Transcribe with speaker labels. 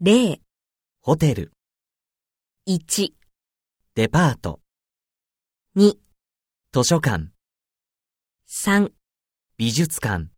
Speaker 1: 0、
Speaker 2: ホテル、
Speaker 1: 1、
Speaker 2: デパート、
Speaker 1: 2、
Speaker 2: 図書館、
Speaker 1: 3
Speaker 2: 美術館。